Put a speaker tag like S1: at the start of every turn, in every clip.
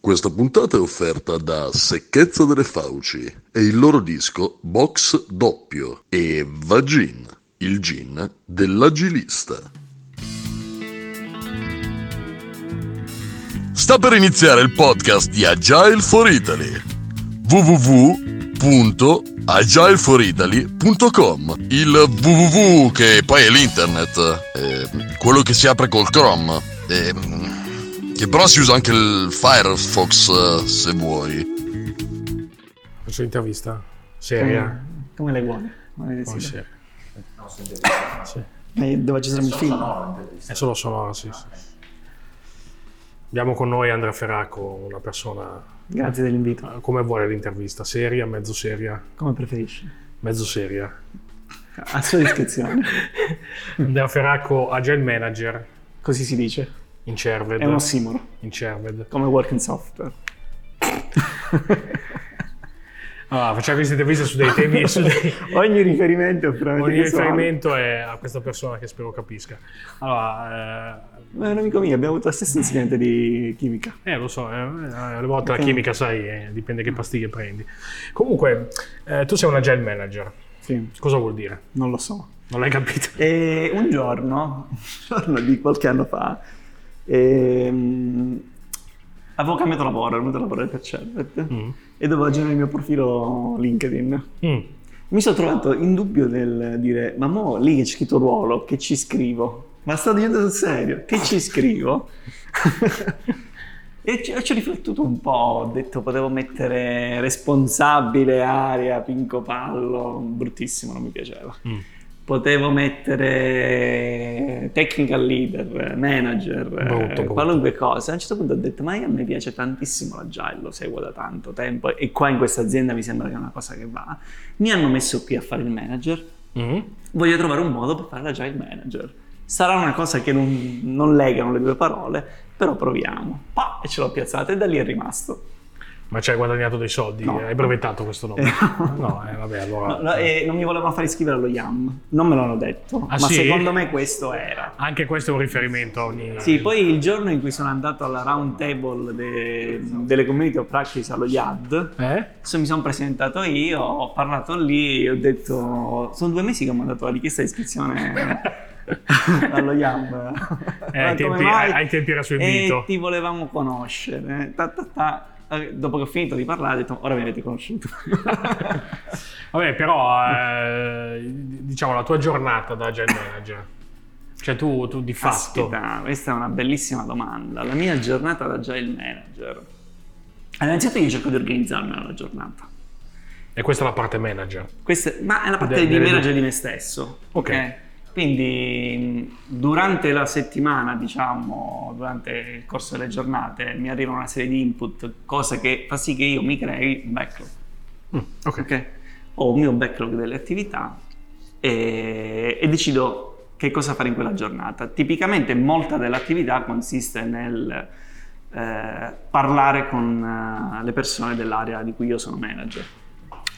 S1: Questa puntata è offerta da Secchezza delle Fauci e il loro disco Box Doppio e Vagin, il gin dell'agilista. Sta per iniziare il podcast di Agile for Italy www.agileforitaly.com Il www che poi è l'internet, eh, quello che si apre col Chrome. eh, che però si usa anche il Firefox eh, se vuoi.
S2: Faccio l'intervista? Mm. Seria?
S3: Come- Come le vuole? Come le
S2: Poi
S3: desidera.
S2: seria.
S3: Eh, doveva ci sarà il film.
S2: È solo sonora, sì, sì. Abbiamo con noi Andrea Ferraco, una persona
S3: Grazie dell'invito,
S2: eh, come vuole l'intervista, seria, mezzo seria,
S3: come preferisci.
S2: mezzo seria.
S3: A sua discrezione,
S2: Andrea Ferraco, agile manager
S3: così si dice.
S2: in
S3: È un
S2: Cerved,
S3: ossimoro,
S2: in Cerved.
S3: come work in software.
S2: Allora, facciamo questa intervista su dei temi, su dei,
S3: Ogni riferimento è veramente
S2: ogni
S3: casuale.
S2: riferimento è a questa persona che spero capisca. Allora, eh,
S3: Ma è un amico mio, abbiamo avuto lo stesso insegnante di chimica.
S2: Eh, lo so, eh, eh, alle volte la chimica, sai, eh, dipende che pastiglie prendi. Comunque, eh, tu sei un agile manager.
S3: Sì,
S2: Cosa vuol dire?
S3: non lo so.
S2: Non l'hai capito?
S3: E un giorno, un giorno di qualche anno fa, ehm, avevo cambiato lavoro, ero venuto a lavorare per Cervet
S2: Mm.
S3: e dovevo girare il mio profilo LinkedIn.
S2: Mm.
S3: Mi sono trovato in dubbio nel dire, ma mo lì che c'è scritto ruolo, che ci scrivo? Ma sto dicendo sul serio, che ci scrivo? e ci, ci ho riflettuto un po', ho detto potevo mettere responsabile, aria, pinco pallo, bruttissimo, non mi piaceva.
S2: Mm.
S3: Potevo mettere technical leader, manager,
S2: Brutto,
S3: eh,
S2: brutto.
S3: qualunque cosa. A un certo punto ho detto, ma io a me piace tantissimo l'agile, lo seguo da tanto tempo e qua in questa azienda mi sembra che è una cosa che va. Mi hanno messo qui a fare il manager,
S2: Mm.
S3: voglio trovare un modo per fare l'agile manager. Sarà una cosa che non, non legano le due parole, però proviamo. Pa, e ce l'ho piazzata e da lì è rimasto.
S2: Ma ci hai guadagnato dei soldi?
S3: No.
S2: Hai brevettato questo nome?
S3: Eh.
S2: no, eh, vabbè, allora...
S3: No, no, e non mi volevano far iscrivere allo YAM, non me l'hanno detto,
S2: Ah,
S3: ma
S2: sì?
S3: secondo me questo era.
S2: Anche questo è un riferimento a ogni...
S3: Sì, poi il giorno in cui sono andato alla round table de- delle community of practice allo YAD,
S2: Eh?
S3: adesso mi sono presentato io, ho parlato lì, ho detto, sono due mesi che ho mandato la richiesta di iscrizione allo YAM.
S2: Eh,
S3: Ma
S2: ai
S3: come
S2: tempi-
S3: mai?
S2: ai tempi era su
S3: E
S2: invito.
S3: ti volevamo conoscere. Ta, ta, ta. Eh, Dopo che ho finito di parlare ho detto, ora mi avete conosciuto.
S2: Vabbè, però, eh, diciamo, la tua giornata da agile manager. Cioè, tu, tu di fatto...
S3: Caspita, questa è una bellissima domanda. La mia giornata da agile manager. Allora, Innanzitutto io cerco di organizzarmi la giornata.
S2: E questa è la parte manager.
S3: Questa- ma è la parte
S2: De-
S3: di
S2: delle
S3: manager
S2: due.
S3: di me stesso.
S2: Ok.
S3: Quindi mh, durante la settimana, diciamo, durante il corso delle giornate, mi arriva una serie di input, cosa che fa sì che io mi crei un backlog.
S2: Mm, ok.
S3: Ok? Ho il mio backlog delle attività e, e decido che cosa fare in quella giornata. Tipicamente molta dell'attività consiste nel eh, parlare con eh, le persone dell'area di cui io sono manager.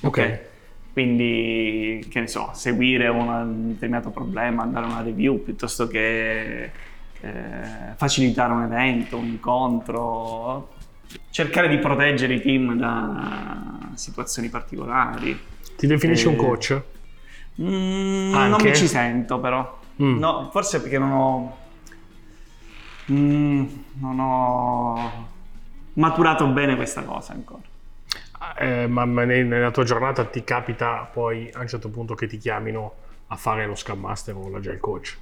S2: Ok.
S3: Quindi, che ne so, seguire una- un determinato problema, andare a una review piuttosto che eh, facilitare un evento, un incontro, cercare di proteggere i team da situazioni particolari.
S2: Ti definisci un
S3: Eh,
S2: coach?
S3: Mm,
S2: Anche?
S3: non mi ci sento però.
S2: Mm.
S3: No, forse perché non ho... mm, non ho maturato bene questa cosa ancora.
S2: Eh, ma ma ne- nella tua giornata ti capita poi a un certo punto che ti chiamino a fare lo scam master o la gel coach?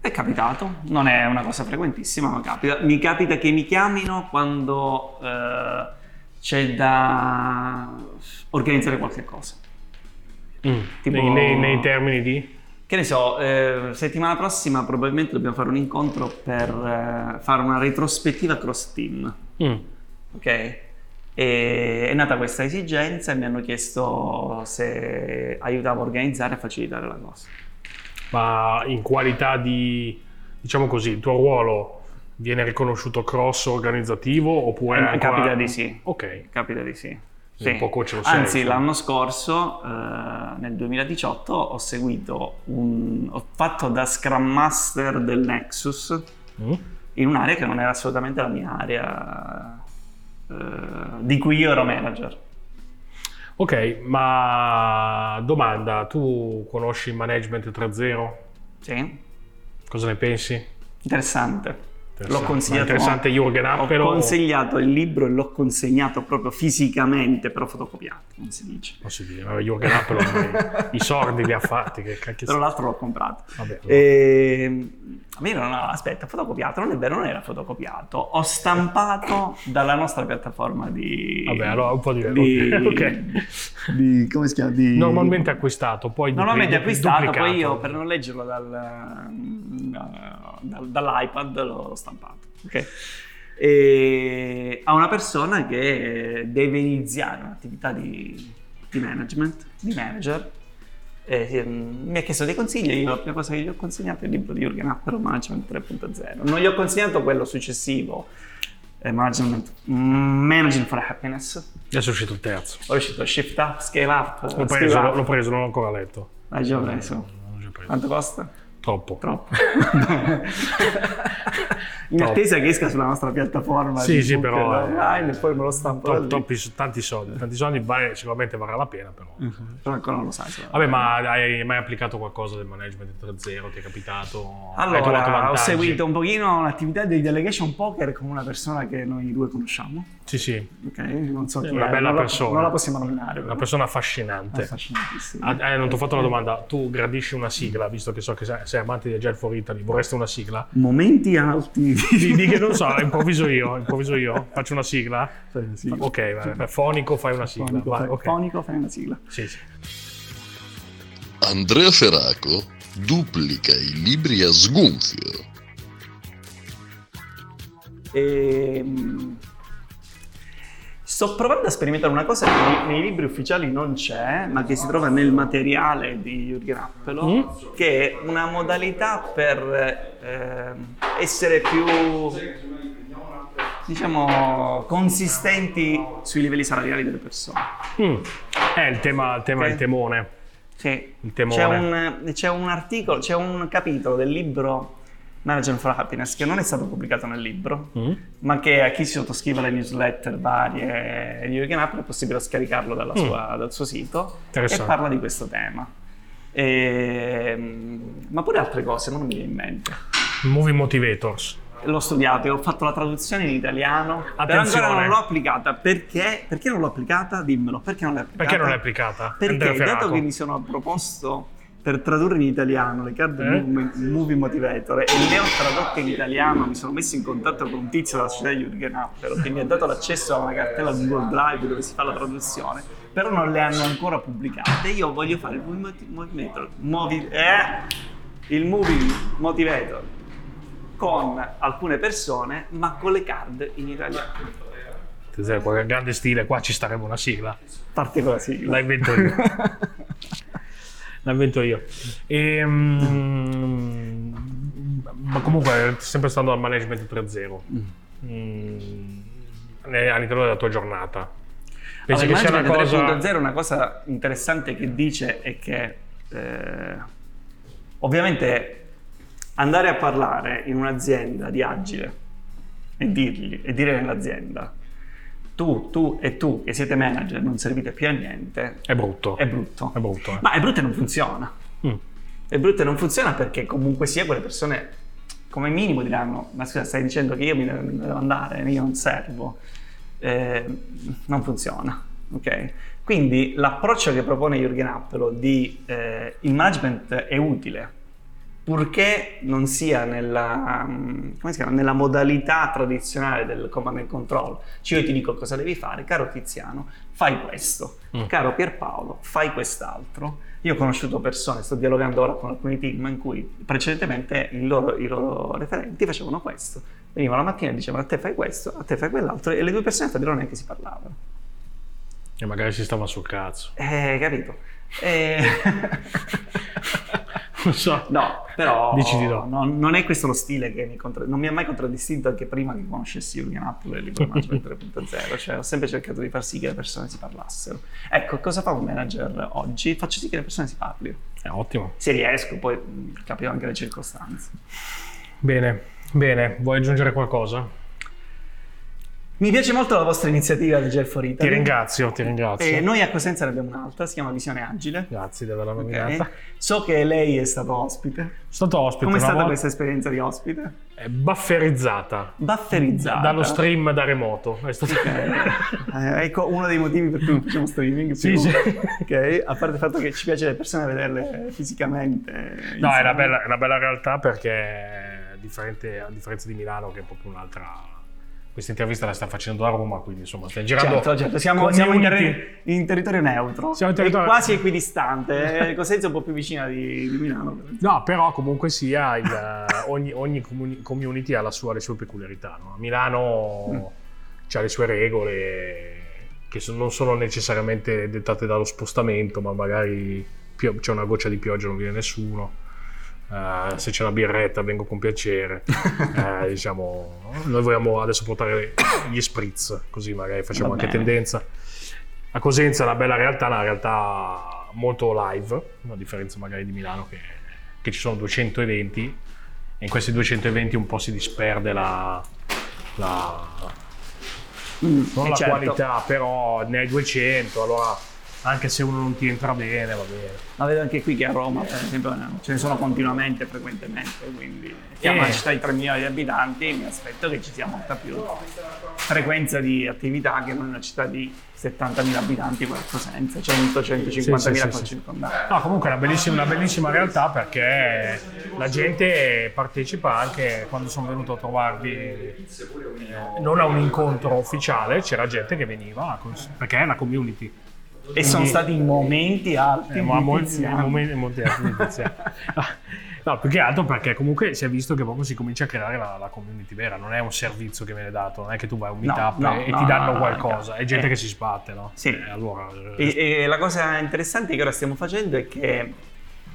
S3: È capitato, non è una cosa frequentissima, ma capita. Mi capita che mi chiamino quando eh, c'è da organizzare qualche cosa. Mm, Tipo-
S2: Nei, nei- nei termini di?
S3: Che ne so, eh, settimana prossima probabilmente dobbiamo fare un incontro per eh, fare una retrospettiva cross team, ok? E- è nata questa esigenza e mi hanno chiesto se aiutavo a organizzare e a facilitare la cosa.
S2: Ma in qualità di, diciamo così, il tuo ruolo viene riconosciuto cross organizzativo oppure
S3: Eh,
S2: ancora-
S3: capita di sì.
S2: Ok.
S3: Capita di sì.
S2: Sì, un po' coach lo sei,
S3: Anzi,
S2: insomma.
S3: l'anno scorso, eh, nel 2018, ho seguito un. ho fatto da Scrum Master del Nexus
S2: Mm.
S3: in un'area che non era assolutamente la mia area eh, di cui io ero manager.
S2: Ok, ma domanda, tu conosci il management 3.0?
S3: Sì,
S2: Cosa ne pensi?
S3: interessante. L'ho
S2: Interessante.
S3: consigliato.
S2: Interessante Jürgen Appel.
S3: Ho consigliato il libro e l'ho consegnato proprio fisicamente, però fotocopiato, non si dice.
S2: Non si dice, vabbè, Jürgen Appel i sordi li ha fatti, che cacchio.
S3: Tra l'altro eh, l'ho comprato.
S2: Vabbè,
S3: E... Ehm, A me non aspetta, fotocopiato, non è vero, non era fotocopiato. Ho stampato dalla nostra piattaforma di...
S2: vabbè, allora un po' di...
S3: di-
S2: ok.
S3: di- come si chiama? Di-
S2: Normalmente acquistato, poi
S3: Normalmente
S2: dupli-
S3: acquistato,
S2: duplicato.
S3: poi io per non leggerlo dal- eh, dal- dall'iPad l'ho stampato. ok? E a una persona che deve iniziare un'attività di, di management, di manager, e, ehm, mi ha chiesto dei consigli e io la prima cosa che gli ho consegnato è il libro di Jürgen Appero, Management 3.0. Non gli ho consegnato quello successivo, eh, Management- mm, Managing for Happiness.
S2: Adesso è uscito il terzo.
S3: Ho riuscito a shift up, scale up,
S2: L'ho
S3: scale
S2: preso,
S3: up.
S2: l'ho preso, non l'ho ancora letto.
S3: L'hai già preso.
S2: Non l'ho già preso.
S3: Quanto costa?
S2: Troppo.
S3: Troppo. In attesa che esca sulla nostra piattaforma.
S2: Sì,
S3: di
S2: sì,
S3: book
S2: però, eh,
S3: Online, e poi me lo stampo. da
S2: Tro-
S3: lì.
S2: troppi- tanti soldi. Tanti soldi vale- sicuramente varrà la pena, però.
S3: Però ancora non lo sai. se-
S2: Vabbè, ma hai mai applicato qualcosa del management 3.0? Ti è capitato? Hai trovato
S3: Allora, ho
S2: vantaggi?
S3: seguito un pochino l'attività dei delegation poker con una persona che noi due conosciamo.
S2: Sì, sì,
S3: Ok, non so
S2: È
S3: chi
S2: una
S3: è,
S2: bella
S3: non la-
S2: persona.
S3: non la possiamo nominare.
S2: una
S3: però.
S2: persona affascinante.
S3: Affascinantissima.
S2: Ah, eh, non ti ho fatto una domanda. Tu gradisci una sigla, visto che so che sei, sei amante di Agile for Italy, vorresti una sigla?
S3: Momenti alti.
S2: Di, di che non so, improvviso io, improvviso io, faccio una sigla. Ok, vale. fonico fai una sigla.
S3: Fonico,
S2: vai,
S3: fai,
S2: ok.
S3: fonico, fai una sigla.
S2: Sì, sì.
S1: Andrea Feraco duplica i libri a sgonfio.
S3: E, mm, sto provando a sperimentare una cosa che nei, nei libri ufficiali non c'è, ma che si trova nel materiale di Jürgen Appelo,
S2: Mm.
S3: che è una modalità per ehm, essere più diciamo consistenti sui livelli salariali delle persone.
S2: Mm. Eh, il tema, il tema
S3: Ok.
S2: il temone.
S3: Sì.
S2: Il
S3: C'è
S2: temone.
S3: un, c'è un articolo, c'è un capitolo del libro Management for Happiness che non è stato pubblicato nel libro,
S2: Mm.
S3: ma che a chi si sottoscrive alle newsletter varie di Jürgen Apple è possibile scaricarlo dalla sua- dal suo sito e
S2: Mm. Interessante.
S3: parla di questo tema. Ehm, ma pure altre cose, ma non mi viene in mente.
S2: Movie Motivators.
S3: L'ho studiato e ho fatto la traduzione in italiano, però
S2: Attenzione.
S3: ancora non l'ho applicata. Perché? Perché non l'ho applicata? Dimmelo, perché non l'hai applicata?
S2: Perché non l'hai applicata?
S3: Perché
S2: Andrea
S3: dato
S2: Ferraco.
S3: che mi sono proposto per tradurre in italiano le card
S2: Eh?
S3: movie, movie Motivator e le ho tradotte in italiano, mi sono messo in contatto con un tizio della società Jürgen Appel che mi ha dato l'accesso a una cartella Google Drive dove si fa la traduzione, però non le hanno ancora pubblicate. Io voglio fare il Movie Moti- Motivator, movi- eh, il Movie Motivator con alcune persone, ma con le card in italiano.
S2: Attenzione, qua che grande stile, qua ci starebbe una sigla.
S3: Parte con la sigla.
S2: La invento io. La invento io. Ehm, ma comunque, sempre stando al management 3.0, mm, ne- all'interno della tua giornata, pensi che
S3: Allora,
S2: sia una
S3: Management
S2: cosa.
S3: 3.0 è una cosa interessante che dice è che eh, ovviamente andare a parlare in un'azienda di agile e dirgli e dire nell'azienda tu, tu e tu che siete manager non servite più a niente
S2: È brutto.
S3: è brutto.
S2: È brutto, eh.
S3: Ma è brutto e non funziona.
S2: Mm.
S3: È brutto e non funziona perché comunque sia quelle persone come minimo diranno ma scusa stai dicendo che io mi devo, mi devo andare, io non servo. Eh, non funziona, ok? Quindi l'approccio che propone Jürgen Appelo di eh, il management è utile purché non sia nella, mm, come si chiama? nella modalità tradizionale del command and control. Cioè io ti dico cosa devi fare, caro Tiziano, fai questo,
S2: Mm.
S3: caro Pierpaolo, fai quest'altro. Io ho conosciuto persone, sto dialogando ora con alcuni team in cui precedentemente il loro- i loro referenti facevano questo. Venivano la mattina e dicevano a te fai questo, a te fai quell'altro e le due persone fra di loro neanche si parlavano.
S2: E magari si stava sul cazzo.
S3: Eh, capito? Eh...
S2: Non so.
S3: No, però
S2: Dici di no.
S3: non, non è questo lo stile che mi contra- non mi ha mai contraddistinto anche prima che conoscessi Jürgen Apple del libro Management 3.0, cioè ho sempre cercato di far sì che le persone si parlassero. Ecco, cosa fa un manager oggi? Faccio sì che le persone si parlino.
S2: È ottimo.
S3: Se riesco, poi mh, capirò anche le circostanze.
S2: Bene, bene. Vuoi aggiungere qualcosa?
S4: Mi piace molto la vostra iniziativa del Gel for
S2: Ti
S3: Eh.
S4: Italy.
S2: ringrazio, ti ringrazio.
S3: E noi a Cosenza ne abbiamo un'altra, si chiama Visione Agile.
S2: Grazie di averla
S3: Ok?
S2: nominata.
S4: So che lei è stato ospite.
S2: Sono stato ospite una
S3: Com'è stata
S2: volta.
S3: questa esperienza di ospite?
S2: È bufferizzata
S3: Bufferizzata.
S2: dallo stream da remoto. È stato...
S3: Eh, ecco uno dei motivi per cui non facciamo streaming.
S2: Sì,
S3: più.
S2: sì.
S3: Ok? A parte il fatto che ci piace le persone vederle fisicamente.
S2: No,
S3: insieme.
S2: è una bella, è una bella realtà perché differente- a differenza di Milano, che è proprio un'altra. Questa intervista la sta facendo a Roma, quindi insomma, stiamo girando.
S4: Certo,
S3: Certo, siamo, siamo in,
S2: community.
S3: terri- in territorio neutro.
S2: Siamo in territorio-
S3: È quasi equidistante. eh, Cosenza è un po' più vicina di, di Milano. però.
S2: No, però comunque sia, il, eh, ogni, ogni comuni- community ha la sua- le sue peculiarità. no? A Milano c'ha le sue regole che so- non sono necessariamente dettate dallo spostamento, ma magari pio- c'è una goccia di pioggia, non viene nessuno. Eh, se c'è una birretta vengo con piacere Eh, diciamo noi vogliamo adesso portare gli spritz così magari facciamo
S3: Va
S2: anche
S3: bene.
S2: tendenza a Cosenza la bella realtà è una realtà molto live, a differenza magari di Milano che, che ci sono 200 eventi e in questi 200 eventi un po' si disperde la, la-
S3: Mm,
S2: non la
S4: certo.
S2: qualità, però ne hai 200, allora anche se uno non ti entra bene va bene.
S3: La vedo anche qui che a Roma, per esempio, ne- ce ne sono continuamente, frequentemente, quindi siamo
S2: Eh.
S3: una città di 3 milioni di abitanti, mi aspetto che ci sia molta più frequenza di attività che non una città di 70.000 abitanti come Cosenza, 100-150.000
S2: Sì, sì, sì,
S3: qua
S2: sì.
S3: circondati.
S2: No, comunque è una bellissima, una bellissima realtà perché la gente partecipa anche quando sono venuto a trovarvi. eh, Non a un incontro ufficiale, c'era gente che veniva cos- perché è una community.
S3: E sono stati momenti alti,
S2: Eh, ma molti-
S3: indizianti.
S2: momenti- molti altri indizi. Ah, No, più che altro perché comunque si è visto che proprio si comincia a creare la, la community vera, non è un servizio che viene dato, non è che tu vai a un
S3: No,
S2: meetup
S3: no,
S2: e
S3: no,
S2: ti danno
S3: no, no,
S2: qualcosa, è gente
S3: eh.
S2: che si sbatte, no?
S3: Sì.
S2: Eh, allora, eh,
S3: E, e la cosa interessante che ora stiamo facendo è che,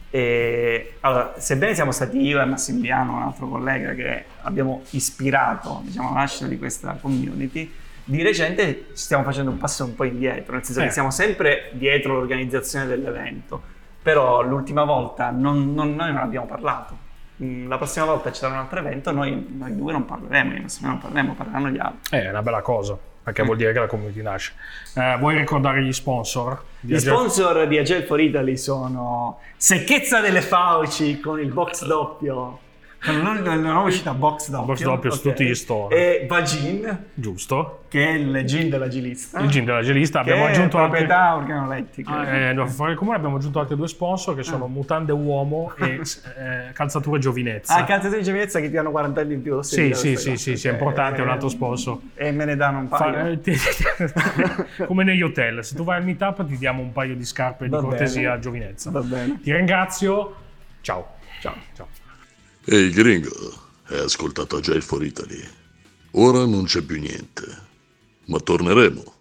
S3: eh, allora, sebbene siamo stati io e Massimiliano, un altro collega, che abbiamo ispirato diciamo, la nascita di questa community, di recente stiamo facendo un passo un po' indietro, nel senso
S2: Eh.
S3: che siamo sempre dietro l'organizzazione dell'evento, però l'ultima volta non- non- noi non abbiamo parlato. Mm, La prossima volta ci sarà un altro evento, noi, noi due non parleremo, io e Massimiliano non parleremo, parleranno gli altri.
S2: eh, è una bella cosa, perché vuol dire che la community nasce. Eh, vuoi ricordare gli sponsor? di
S3: Gli
S2: Agile-
S3: sponsor di Agile for Italy sono Secchezza delle Fauci con il box doppio. Con la la nuova uscita box doppio.
S2: Box doppio,
S3: ok.
S2: tutti gli store.
S3: E Vagin,
S2: Giusto.
S3: che è il gin dell'agilista.
S2: Il gym della gelista,
S3: Ah. Che
S2: abbiamo
S3: è
S2: aggiunto anche...
S3: proprietà organolettica.
S2: Eh, no, fuori comune abbiamo aggiunto altri due sponsor che
S3: Ah.
S2: sono mutande uomo e eh, calzature giovinezza.
S3: Ah, calzatori di giovinezza che ti danno 40 anni in più.
S2: Sì, sì, sì, sì, sì, è importante, è un altro sponsor.
S3: E me ne danno un
S2: Fa- eh,
S3: paio.
S2: ti- come negli hotel, se tu vai al meetup ti diamo un paio di scarpe
S3: Va
S2: di
S3: bene.
S2: cortesia a giovinezza.
S3: Va bene.
S2: Ti ringrazio, ciao, ciao, ciao.
S1: Ehi gringo, hai ascoltato Agile for Italy. Ora non c'è più niente, ma torneremo.